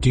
Do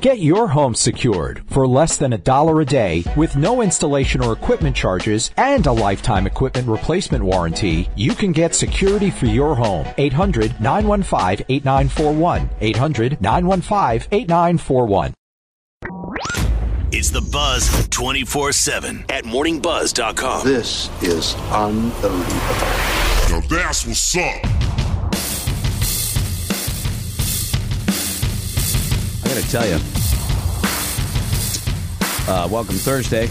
Get your home secured for less than a dollar a day with no installation or equipment charges and a lifetime equipment replacement warranty. You can get security for your home. 800 915 8941. 800 915 8941. It's the Buzz 24 7 at morningbuzz.com. This is unbelievable. Now that's what's up. I gotta tell you. Uh, welcome Thursday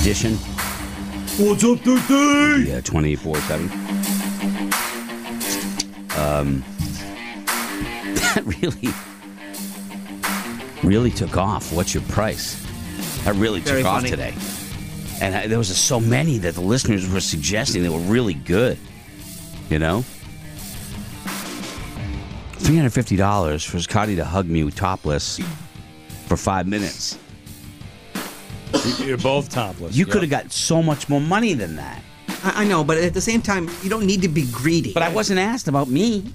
edition. What's up, Thursday? Yeah, twenty four seven. Um, that really, really took off. What's your price? That really Very took funny. off today. And I, there was so many that the listeners were suggesting that were really good. You know. $350 for Scotty to hug me topless for five minutes. You're both topless. You could have got so much more money than that. I, I know, but at the same time, you don't need to be greedy. But I wasn't asked about me.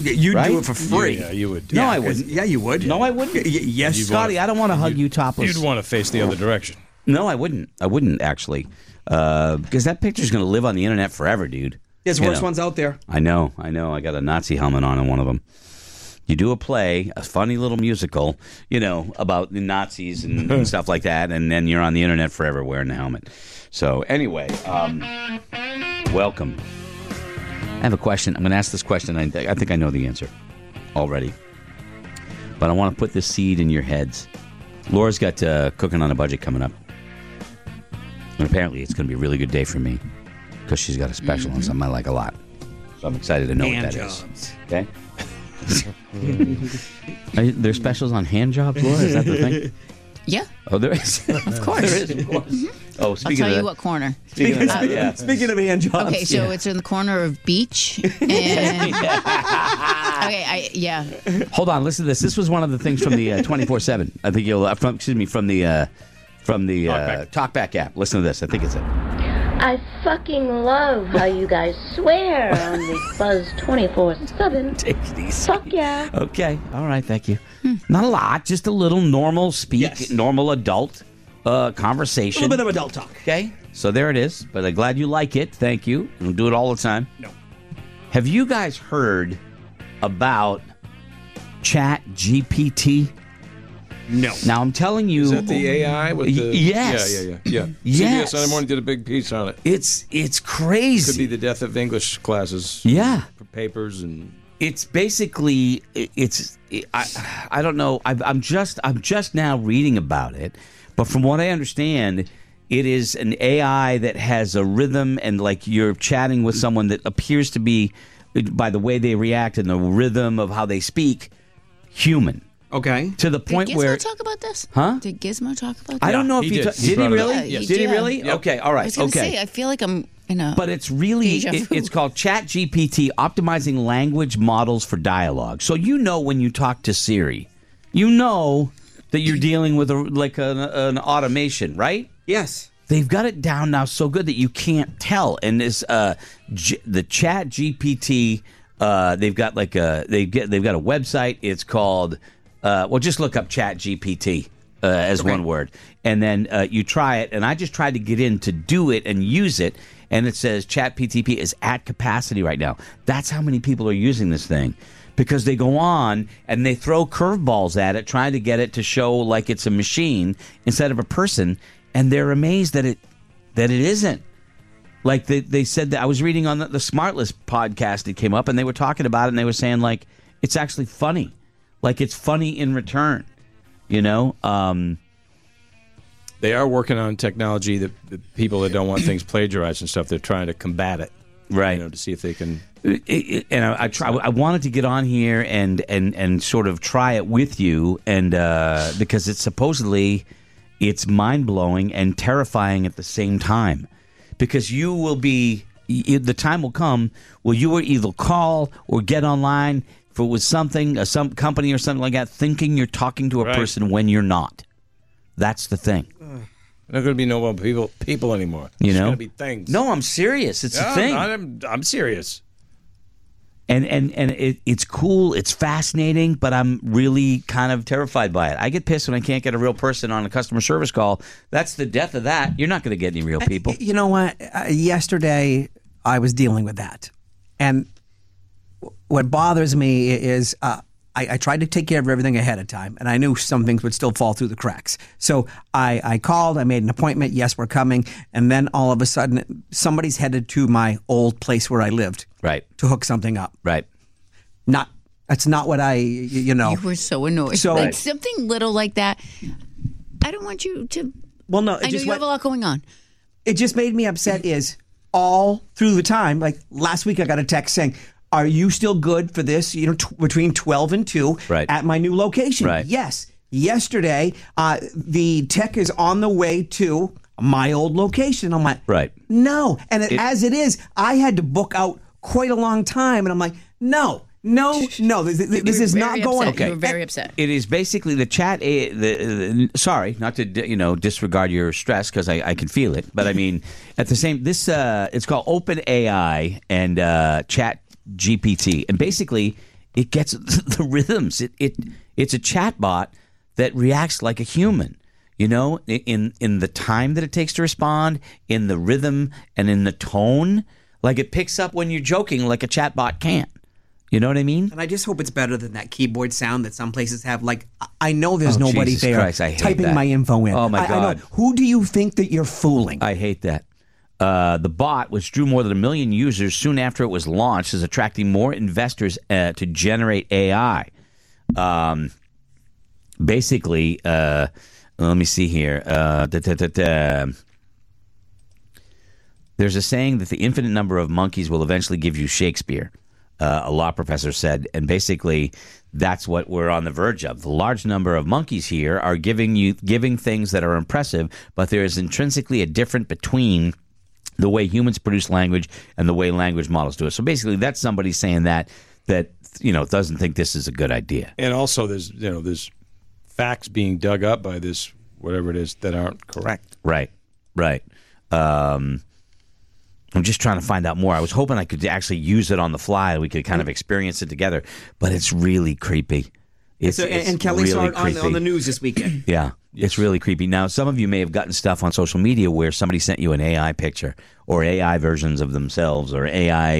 you'd Right? do it for free. Yeah, you would. No, I Because- wouldn't. Yeah, you would. No, I wouldn't. Y- y- yes, You'd Scotty, I don't want to hug you topless. You'd want to face the other direction. no, I wouldn't. I wouldn't actually, because that picture's going to live on the internet forever, dude. There's You worse know. ones out there. I know, I know. I got a Nazi helmet on in one of them. You do a play, a funny little musical, you know, about the Nazis and, and stuff like that, and then you're on the internet forever wearing the helmet. So anyway, um, welcome. I have a question. I'm going to ask this question. I, I think I know the answer already, but I want to put this seed in your heads. Laura's got uh, cooking on a budget coming up, and apparently it's going to be a really good day for me because she's got a special on something I like a lot. So I'm excited to know Man what that is. jobs. Okay. Are you- there specials on hand jobs, Laura? Is that the thing? Yeah, Oh, there is. of course. there is, of course. Oh, I'll speaking tell of you that, what corner. speaking of that, yeah. Speaking of hand jobs, Okay, so it's in the corner of beach. And okay, I yeah. Hold on, listen to this. This was one of the things from the twenty four seven. I think you'll uh, from excuse me from the uh, from the uh, TalkBack app. Listen to this. I think it's it. I fucking love how you guys swear on the Buzz 24 7. Take it easy. Fuck yeah. Okay. All right. Thank you. Not a lot. Just a little normal speak, Yes. normal adult uh, a conversation. little bit of adult talk. Okay, so there it is. But I'm glad you like it. Thank you. I don't do it all the time. No. Have you guys heard about Chat GPT? No. Now I'm telling you, Is that the AI with the? Y- yes. Yeah, yeah, yeah, yeah. Yes. CBS Sunday Morning did a big piece on it. it's it's Could be crazy. the death of English classes. yeah, for Papers and it's basically i- it's I I don't know. I've, I'm just I'm just now reading about it, but from what I understand. It is an AI that has a rhythm, and like you're chatting with someone that appears to be, by the way they react and the rhythm of how they speak, human. Okay. To the Did point Gizmo where talk about this? Huh? Did Gizmo talk about I this? don't know if he he, did. ta- did He he brought it up. really? Yeah, he did he did. really? Yep. Okay, all I right, was gonna okay. say, I feel like I'm in a. but it's really Deja it- vu. it's called ChatGPT optimizing language models for dialogue. So you know when you talk to Siri, you know that you're dealing with a, like an, an automation, right? Yes. They've got it down now so good that you can't tell. And this uh, G- the Chat GPT, uh, they've got like a they get they've got a website. It's called uh, well, just look up Chat GPT uh, as one word, and then uh, you try it. And I just tried to get in to do it and use it, and it says Chat PTP is at capacity right now. That's how many people are using this thing. Because they go on and they throw curveballs at it, trying to get it to show like it's a machine instead of a person, and they're amazed that it that it isn't. Like they, they said that I was reading on the, the Smartless podcast that came up, and they were talking about it, and they were saying like it's actually funny, like it's funny in return, you know. Um, they are working on technology that the people that don't want things plagiarized and stuff. They're trying to combat it, Right. You know, to see if they can. it- it- and I, I try. I wanted to get on here and and and sort of try it with you, and uh, because it's supposedly it's mind blowing and terrifying at the same time, because you will be y- the time will come where you will either call or get online if it was something, uh, some company or something like that, thinking you're talking to a Right. person when you're not. That's the thing. Not going to be no more people people anymore. You It's know? going to be things. No, I'm serious. It's Yeah, a thing. I'm, I'm serious. and and and it, it's cool. It's fascinating, but I'm really kind of terrified by it. I get pissed when I can't get a real person on a customer service call. That's the death of that. You're not going to get any real people. You know what? Uh, yesterday, I was dealing with that. And w- what bothers me is uh, I, I tried to take care of everything ahead of time, and I knew some things would still fall through the cracks. So I, I called, I made an appointment. Yes, we're coming. And then all of a sudden, somebody's headed to my old place where I lived right. to hook something up. Right. Not. That's not what I, y- you know. You were so annoyed. So- like something little like that. I don't want you to. Well, no, it I know just you went- have a lot going on. it just made me upset is all through the time like last week i got a text saying are you still good for this you know t- between 12 and 2 Right. at my new location Right. yes yesterday uh, the tech is on the way to my old location i'm like Right. no and it, It- as it is i had to book out quite a long time and i'm like no no no this, this, this is not Very going upset. You were very upset. It is basically the chat. eh, The, the sorry, not to di- you know disregard your stress because I, I can feel it, but I mean at the same this uh, it's called Open AI and uh, Chat GPT, and basically it gets the rhythms. It, it it's a chat bot that reacts like a human. You know, i- in in the time that it takes to respond, in the rhythm, and in the tone, like it picks up when you're joking, like a chat bot can't. You know what I mean? And I just hope it's better than that keyboard sound that some places have. Like, I- I know there's Oh, nobody Jesus there Christ, I hate typing that. my info in. Oh, my I- I know. God. Who do you think that you're fooling? I hate that. Uh, the bot, which drew more than a million users soon after it was launched, is attracting more investors uh, to generate AI. Um, basically, uh, let me see here. Uh, da, da, da, da. There's a saying that the infinite number of monkeys will eventually give you Shakespeare, uh, a law professor said. And basically, that's what we're on the verge of. The large number of monkeys here are giving you giving things that are impressive, but there is intrinsically a difference between the way humans produce language and the way language models do it. So basically, that's somebody saying that that you know doesn't think this is a good idea. And also, there's you know there's facts being dug up by this whatever it is that aren't correct. Right, right. Um, I'm just trying to find out more. I was hoping I could actually use it on the fly. We could kind of experience it together, but it's really creepy. It's, So- and, it's and Kelly saw really it on, creepy. on the news this weekend. Yeah, it's really creepy. Now, some of you may have gotten stuff on social media where somebody sent you an AI picture or AI versions of themselves or AI.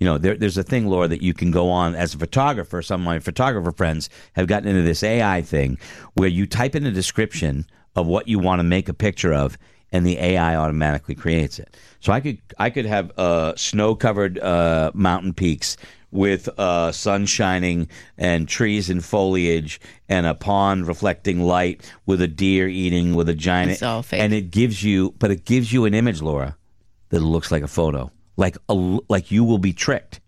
You know, there, there's a thing, Laura, that you can go on as a photographer. Some of my photographer friends have gotten into this AI thing where you type in a description of what you want to make a picture of, and the AI automatically creates it. So I could I could have uh, snow covered uh, mountain peaks with uh, sun shining and trees and foliage and a pond reflecting light with a deer eating with a giant. It's all fake. And it gives you, but it gives you an image, Laura, that looks like a photo. Like a, like you will be tricked.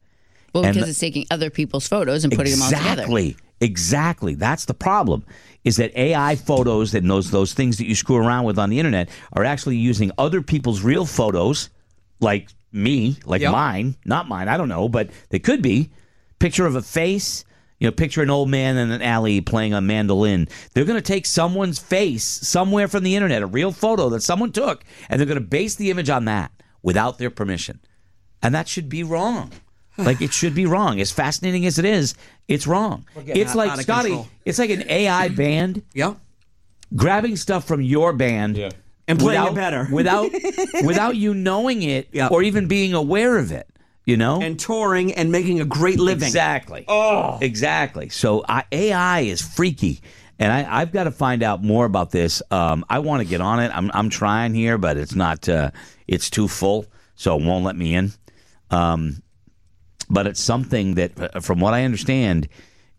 Well, And because the- it's taking other people's photos and putting them all together. Exactly. Exactly. That's the problem. Is that AI photos and those those things that you screw around with on the internet are actually using other people's real photos, like me, like Yep. mine, not mine. I don't know, but they could be picture of a face. You know, picture an old man in an alley playing a mandolin. They're going to take someone's face somewhere from the internet, a real photo that someone took, and they're going to base the image on that without their permission. And that should be wrong. Like it should be wrong. As fascinating as it is, it's wrong. getting It's out- out like of Scotty. control. It's like an AI band Yeah. grabbing stuff from your band Yeah. And playing it without, better. without without you knowing it Yeah. or even being aware of it. You know, And touring and making a great living. Exactly. Oh. Exactly. So I, AI is freaky. And I, I've got to find out more about this. Um, I want to get on it. I'm, I'm trying here, but it's not, uh, it's too full, so it won't let me in. Um, but it's something that, uh, from what I understand,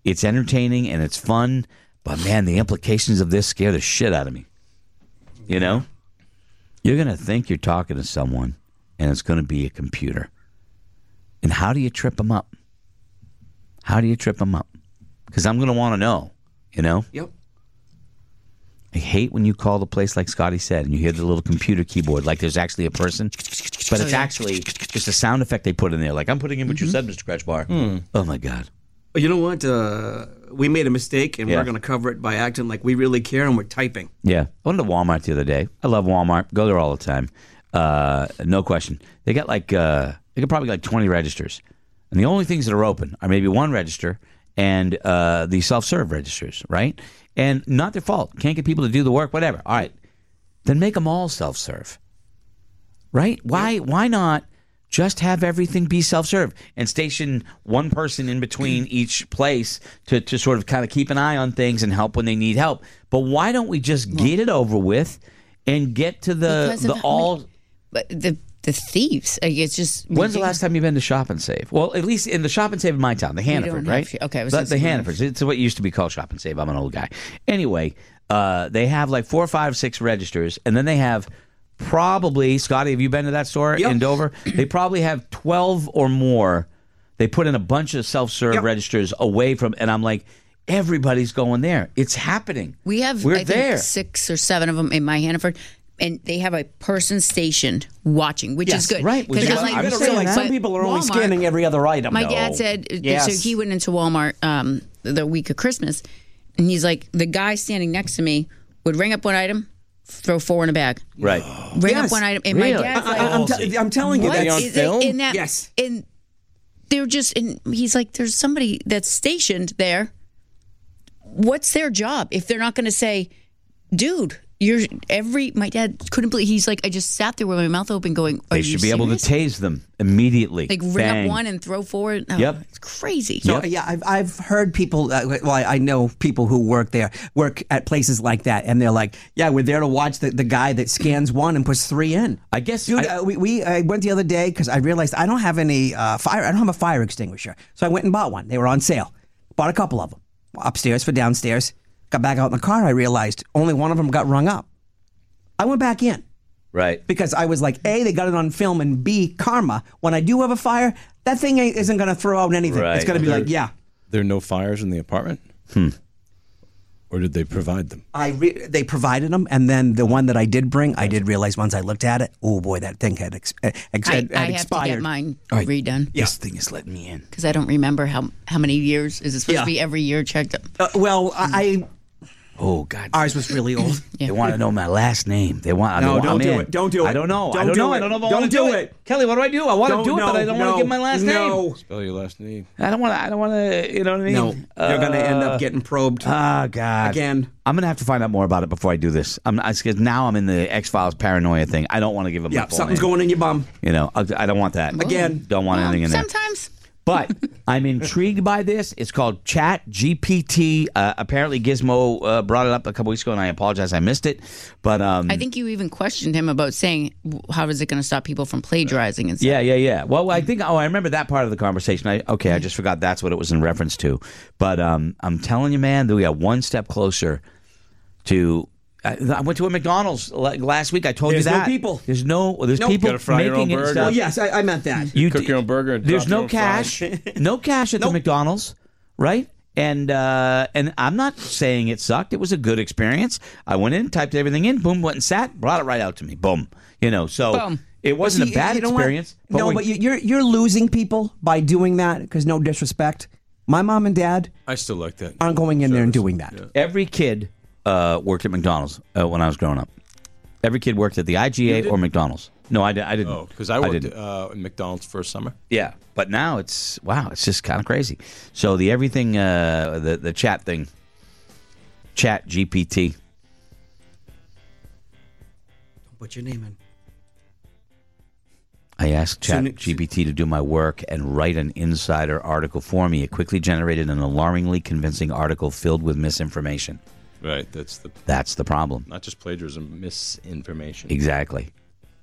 it's entertaining and it's fun. But man, the implications of this scare the shit out of me. You know? You're going to think you're talking to someone, and it's going to be a computer. And how do you trip them up? How do you trip them up? Because I'm going to want to know, you know? Yep. I hate when you call the place, like Scotty said, and you hear the little computer keyboard like there's actually a person, but it's actually just a sound effect they put in there. Like, I'm putting in what you said, Mr. Scratch Bar. Oh, my God. you know what? Uh, we made a mistake, and Yeah. we're going to cover it by acting like we really care, and we're typing. Yeah. I went to Walmart the other day. I love Walmart. Go there all the time. Uh, no question. They got like, uh, they got probably like 20 registers. And the only things that are open are maybe one register and uh, the self serve registers, right? And not their fault. Can't get people to do the work, whatever. All right. Then make them all self serve, right? Why, why not? Just have everything be self serve and station one person in between each place to, to sort of kind of keep an eye on things and help when they need help. But why don't we just get it over with and get to the, Because of the how all. many- But the the thieves. Like, it's just. When's the ridiculous. last time you've been to Shop and Save? Well, at least in the Shop and Save in my town, the We don't Hannaford, have right? sh- okay, I was the, gonna the say we don't Hannafords. It's what it used to be called Shop and Save. I'm an old guy. Anyway, uh, they have like four, five, six registers, and then they have probably Scotty. Have you been to that store in Dover? They probably have twelve or more. They put in a bunch of self-serve registers away from, and I'm like, everybody's going there. It's happening. We have We're I think, there. six or seven of them in my Hannaford, and they have a person stationed watching, which Yes, is good. right, which 'Cause is I'm good. like, I'm but- saying that. but Some people are only Walmart- scanning every other item. My No. dad said uh, Yes. so. He went into Walmart um, the week of Christmas, and he's like, the guy standing next to me would ring up one item, throw four in a bag. Right. Ring up one item, and my Uh, dad's like, I, am telling you, what that's is it in that? Yes. And they're just, and he's like, there's somebody that's stationed there. What's their job if they're not going to say, dude, you're every, my dad couldn't believe, he's like, I just sat there with my mouth open going, are They you should be able to serious?" tase them immediately. Like ring Bang. up one and throw forward. Oh, Yep. It's crazy. So Oh, yeah, I've I've heard people. Uh, well, I, I know people who work there, work at places like that, and they're like, "Yeah, we're there to watch the, the guy that scans one and puts three in." I guess, dude. I- uh, we we I went the other day because I realized I don't have any uh, fire. I don't have a fire extinguisher, so I went and bought one. They were on sale. Bought a couple of them upstairs for downstairs. Got back out in the car. I realized only one of them got rung up. I went back in. Right. Because I was like, A, they got it on film, and B, karma. When I do have a fire, that thing ain't, isn't going to throw out anything. It's Right. going to be There- like, yeah. There are no fires in the apartment? Or did they provide them? I re- they provided them, and then the one that I did bring, I did realize once I looked at it, oh boy, that thing had, ex- eh, ex- I, had, I had have expired. to get mine All right. redone. Yeah. This thing is letting me in. Because I don't remember how how many years is it supposed Yeah. to be every year checked up. Uh, well, Hmm. I, Oh God! Ours was really old. They want to know my last name. They want. I No, want- don't I'm do in. it. Don't do it. I don't know. I Don't don't do know. it. I don't know if I Don't want to do do it. Kelly, what do I do? I want to Don't- do it, but I no, don't want no, to give my last no. name. Spell your last name. I don't want to. I don't want to. You know what I mean? uh, No. You're gonna end up getting probed. Ah, God. Again. I'm gonna have to find out more about it before I do this. I'm because now I'm in the X Files paranoia thing. I don't want to give them. Yeah, my full something's name. going in your bum. You know, I, I don't want that Again. Don't want anything in there. Sometimes. But I'm intrigued by this. It's called Chat GPT. Uh, apparently, Gizmo uh, brought it up a couple weeks ago, and I apologize, I missed it. But um, I think you even questioned him about saying "W- how is it going to stop people from plagiarizing and stuff. Yeah, yeah, yeah. Well, I think oh, I remember that part of the conversation. I okay, I just forgot that's what it was in reference to. But um, I'm telling you, man, that we got one step closer to. I, I went to a McDonald's la- last week. I told There's you no that people. There's no. There's Nope. people Gotta fry your making own it burger. stuff. Well, yes, I- I meant that. You cook your own burger. And There's drop no your own fries. cash, no cash at the McDonald's, right? And uh, and I'm not saying it sucked. It was a good experience. I went in, typed everything in, boom, went and sat, brought it right out to me, boom. You know, so Boom. it wasn't See, a bad you know what? experience. no, when- but you- you're you're losing people by doing that. Because no disrespect, my mom and dad I still like that. aren't going in there and doing that. Every kid uh, worked at McDonald's uh, when I was growing up. Every kid worked at the IGA or McDonald's. No, I, di- I didn't. Oh, because I worked didn't. uh, in McDonald's for a summer. Yeah, but now it's wow, it's just kind of crazy. So the everything, uh, the the chat thing, Chat GPT. Put your name in. I asked So Chat GPT to do my work and write an insider article for me. It quickly generated an alarmingly convincing article filled with misinformation. Right. That's the That's the problem. not just plagiarism, misinformation. Exactly.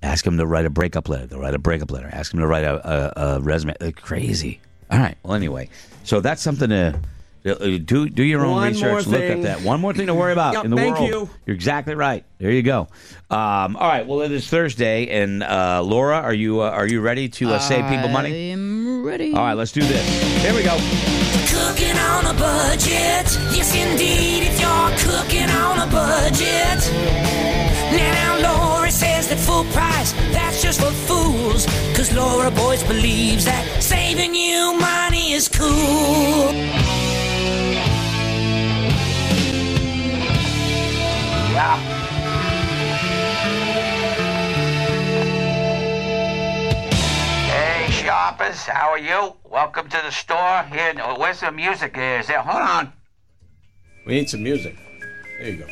Ask him to write a breakup letter. They'll write a breakup letter. Ask him to write a, a, a resume. Like, crazy. All right. Well, anyway, so that's something to uh, do. Do your own One more research. Look at thing. that. One more thing to worry about Yep, in the thank world. you. You're exactly right. There you go. Um, all right. Well, it is Thursday, and uh, Laura, are you uh, are you ready to uh, save people money? I'm ready. All right. Let's do this. Here we go. Cooking on a budget. Yes, indeed, if you're cooking on a budget. Now, Laura says that full price, that's just for fools. Cause Laura Boyce believes that saving you money is cool. Buzz. How are you? Welcome to the store. Here, where's the music? Here, is there? Hold on. We need some music. There you go.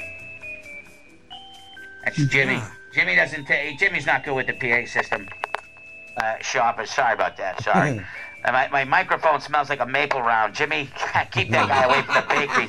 That's Jimmy. Jimmy doesn't. ta- Jimmy's not good with the PA system. Uh, Sharper, sorry about that. Sorry. Uh, My, my microphone smells like a maple round. Jimmy, keep that guy away from the bakery.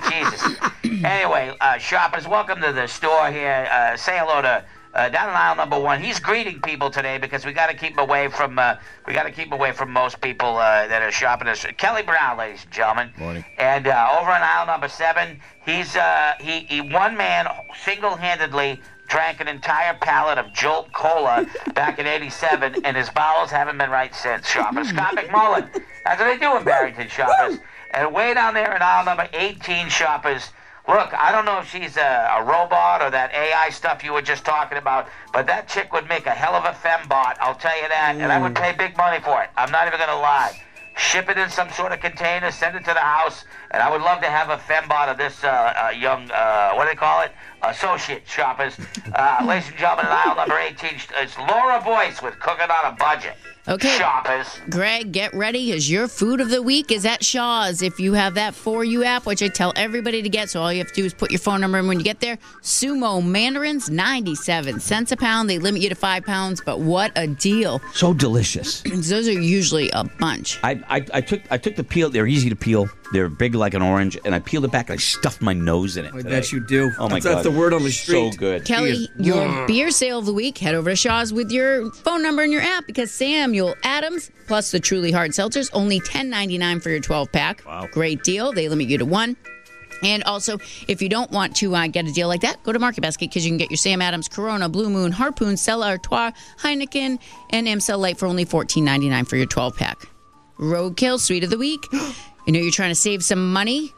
Jesus. Anyway, uh, shoppers, welcome to the store here. Uh, say hello to uh, down in aisle number one. He's greeting people today because we got to keep him away from uh, we got to keep him away from most people uh, that are shopping us. Kelly Brown, ladies and gentlemen. Morning. And uh, over in aisle number seven, he's uh, he, he one man single-handedly drank an entire pallet of Jolt Cola back in '87, and his bowels haven't been right since. Shoppers, Scott McMullen. That's what they do in Barrington shoppers. And way down there in aisle number 18, shoppers. Look, I don't know if she's a, a robot or that AI stuff you were just talking about, but that chick would make a hell of a fembot. I'll tell you that, and I would pay big money for it. I'm not even gonna lie ship it in some sort of container, send it to the house, and I would love to have a fembot of this uh, uh, young, uh, what do they call it? Associate shoppers. Uh, ladies and gentlemen, in aisle number 18, it's Laura Boyce with Cooking on a Budget. Okay. Shoppers. Greg, get ready as your food of the week is at Shaw's. If you have that for you app, which I tell everybody to get, so all you have to do is put your phone number in when you get there. Sumo mandarins, 97 cents a pound. They limit you to five pounds, but what a deal. So delicious. Those are usually a bunch. I, I, I took I took the peel. They're easy to peel. They're big like an orange, and I peeled it back and I stuffed my nose in it. I today. bet you do. Oh my That's- that's god, the word on the street. So good, Kelly, your beer sale of the week. Head over to Shaw's with your phone number and your app because Samuel Adams plus the Truly Hard Seltzers only ten ninety nine for your twelve pack. Wow, great deal. They limit you to one. And also, if you don't want to uh, get a deal like that, go to Market Basket because you can get your Sam Adams Corona, Blue Moon, Harpoon, Stella Artois, Heineken, and Amstel Light for only fourteen ninety nine for your twelve pack. Roadkill Sweet of the Week. You know you're trying to save some money.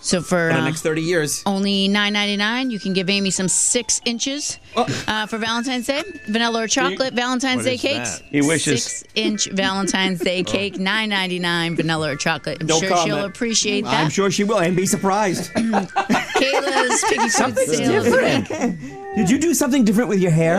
So for, For the uh, next 30 years. only nine ninety nine. You can give Amy some six inches Oh. uh, for Valentine's Day. Vanilla or chocolate Valentine's What Day is cakes. that? He wishes. six inch Valentine's Day cake nine ninety nine. Vanilla or chocolate. I'm Oh. No sure comment. she'll appreciate I'm that. sure she will, and be surprised. Kayla's piggy food Something's sale. of the different. Did you do something different with your hair?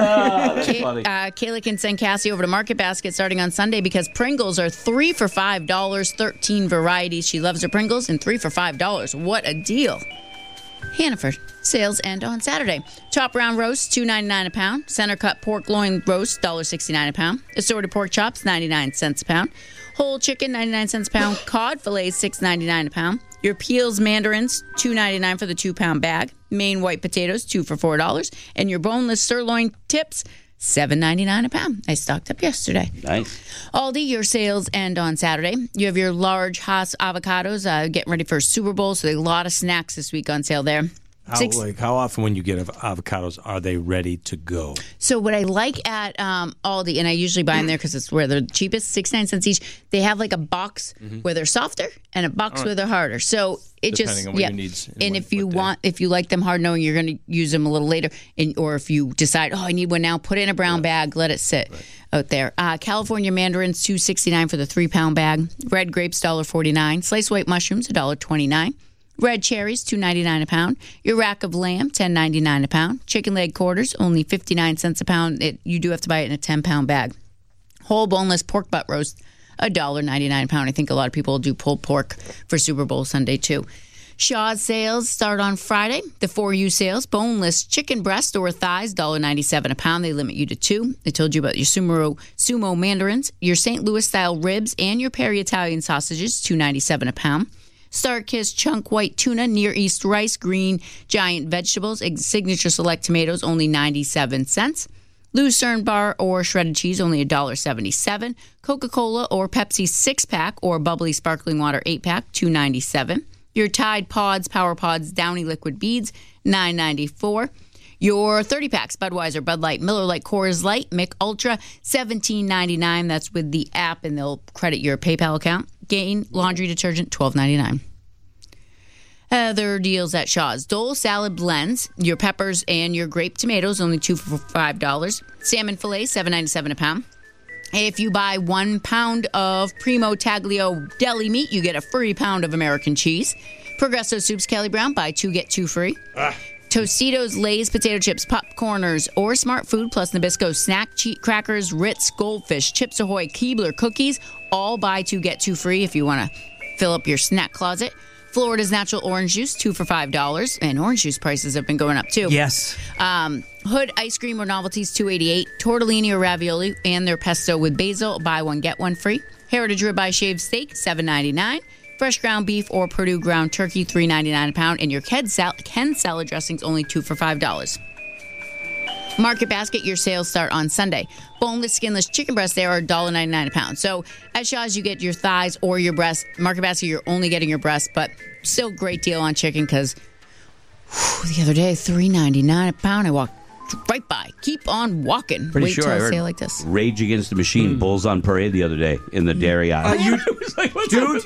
Kay- uh, Kayla can send Cassie over to Market Basket starting on Sunday because Pringles are three for five dollars, thirteen varieties. She loves her Pringles and three for five dollars. What a deal! Hannaford sales end on Saturday. Chop round roast two ninety nine a pound. Center cut pork loin roast $1.69 a pound. Assorted pork chops ninety nine cents a pound. Whole chicken ninety nine cents a pound. Cod fillets six ninety nine a pound. Your peels mandarins two ninety nine for the two pound bag. Maine white potatoes two for four dollars. And your boneless sirloin tips seven ninety nine a pound. I stocked up yesterday. nice. Aldi, your sales end on Saturday. You have your large Haas avocados uh, getting ready for Super Bowl, so there's a lot of snacks this week on sale there. How, Six- like, how often when you get av- avocados are they ready to go? So what I like at um, Aldi, and I usually buy them there because it's where they're cheapest, six nine cents each. They have like a box Mhm. where they're softer and a box All right. where they're harder. So it just Depending on what yeah. your needs and if you want, if you like them hard, knowing you're going to use them a little later, and or if you decide, oh, I need one now, put it in a brown bag, let it sit out there. Uh, California mandarins two sixty nine for the three pound bag. Red grapes dollar forty nine. Sliced white mushrooms a dollar twenty nine. Red cherries, two ninety nine a pound. Your rack of lamb, ten ninety nine a pound. Chicken leg quarters, only fifty nine cents a pound. It, you do have to buy it in a ten pound bag. Whole boneless pork butt roast, a dollar ninety nine a pound. I think a lot of people do pulled pork for Super Bowl Sunday too. Shaw's sales start on Friday. The for you sales, boneless chicken breast or thighs, $1.97 a pound. They limit you to two. I told you about your sumo, sumo mandarins, your St. Louis style ribs, and your Perry Italian sausages, $2.97 a pound. Starkist chunk white tuna, Near East rice, green giant vegetables, and signature select tomatoes, only 97 cents. Lucerne bar or shredded cheese, only $1.77. Coca Cola or Pepsi six pack or bubbly sparkling water eight pack, $2.97. Your Tide Pods, Power Pods, Downy Liquid Beads, $9.94. Your 30 packs, Budweiser, Bud Light, Miller Lite, Coors Light, Mick Ultra, $17.99. That's with the app, and they'll credit your PayPal account. Gain laundry detergent, $12.99. Other deals at Shaw's. Dole salad blends, your peppers and your grape tomatoes, only two for five dollars. Salmon fillet, seven ninety seven a pound. If you buy one pound of Primo Taglio deli meat, you get a free pound of American cheese. Progresso soups, Kelly Brown, buy two get two free. Tostitos, Lay's potato chips, popcorners, or Smart Food Plus Nabisco snack cheat crackers, Ritz Goldfish, Chips Ahoy, Keebler cookies, all buy two get two free if you want to fill up your snack closet. Florida's natural orange juice, two for five dollars, and orange juice prices have been going up too. Yes. Um, Hood ice cream or novelties, two eighty eight. Tortellini or ravioli, and their pesto with basil, buy one get one free. Heritage ribeye shaved steak, seven ninety nine. Fresh ground beef or Purdue ground turkey, three ninety nine a pound. And your Ken salad, Ken salad dressings, only two for five dollars. Market Basket, your sales start on Sunday. Boneless, skinless chicken breasts, they are $1.99 a pound. So at Shaw's, you get your thighs or your breasts. Market Basket, you're only getting your breasts, but still great deal on chicken because the other day, $3.99 a pound, I walked right by. Keep on walking. Pretty Wait sure till I I, heard say it like this. Hmm. Rage Against the Hmm. Machine, Bulls on Parade the other day in the dairy aisle. dude,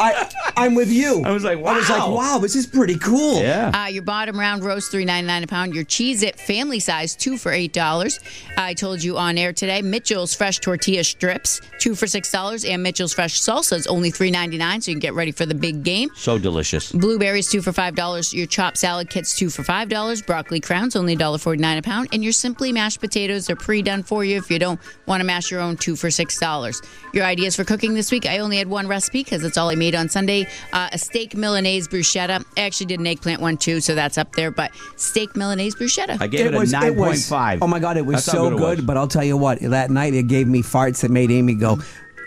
I, I'm with you. I was like, I was like, wow. wow, this is pretty cool. Uh, your bottom round roast three ninety nine a pound. Your cheese it family size two for eight dollars. I told you on air today. Mitchell's fresh tortilla strips two for six dollars, and Mitchell's fresh salsas only three ninety nine. So you can get ready for the big game. So delicious. Blueberries two for five dollars. Your chopped salad kits two for five dollars. Broccoli crowns only $1.49 a pound. And your simply mashed potatoes are pre-done for you if you don't want to mash your own two for six dollars. Your ideas for cooking this week? I only had one recipe because it's all I made on Sunday. Uh, a steak Milanese bruschetta. I actually did an eggplant one too, so that's up there. But steak Milanese bruschetta. I gave it, was- a it nine point was- five. Oh my god, it was That's how so it good. was. But I'll tell you what, that night it gave me farts that made Amy go,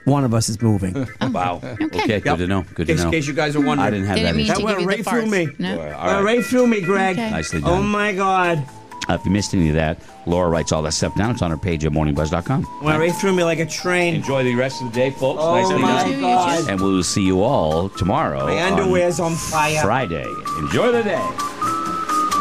"One of us is moving." wow. Okay. good to know. Good Mm. In to know. case you guys are wondering. I didn't have Didn't that. mean issue. to That went give you right the through me. farts. No. Boy, all Went right. right through me, Greg. Okay. Nicely Oh done. my God. Uh, if you missed any of that, Laura writes all that stuff down. It's on her page at morningbuzz.com. Went right through me like a train. Enjoy the rest of the day, folks. Oh Nicely my done. God. And we'll see you all tomorrow. My underwear's on fire. Friday. Enjoy the day.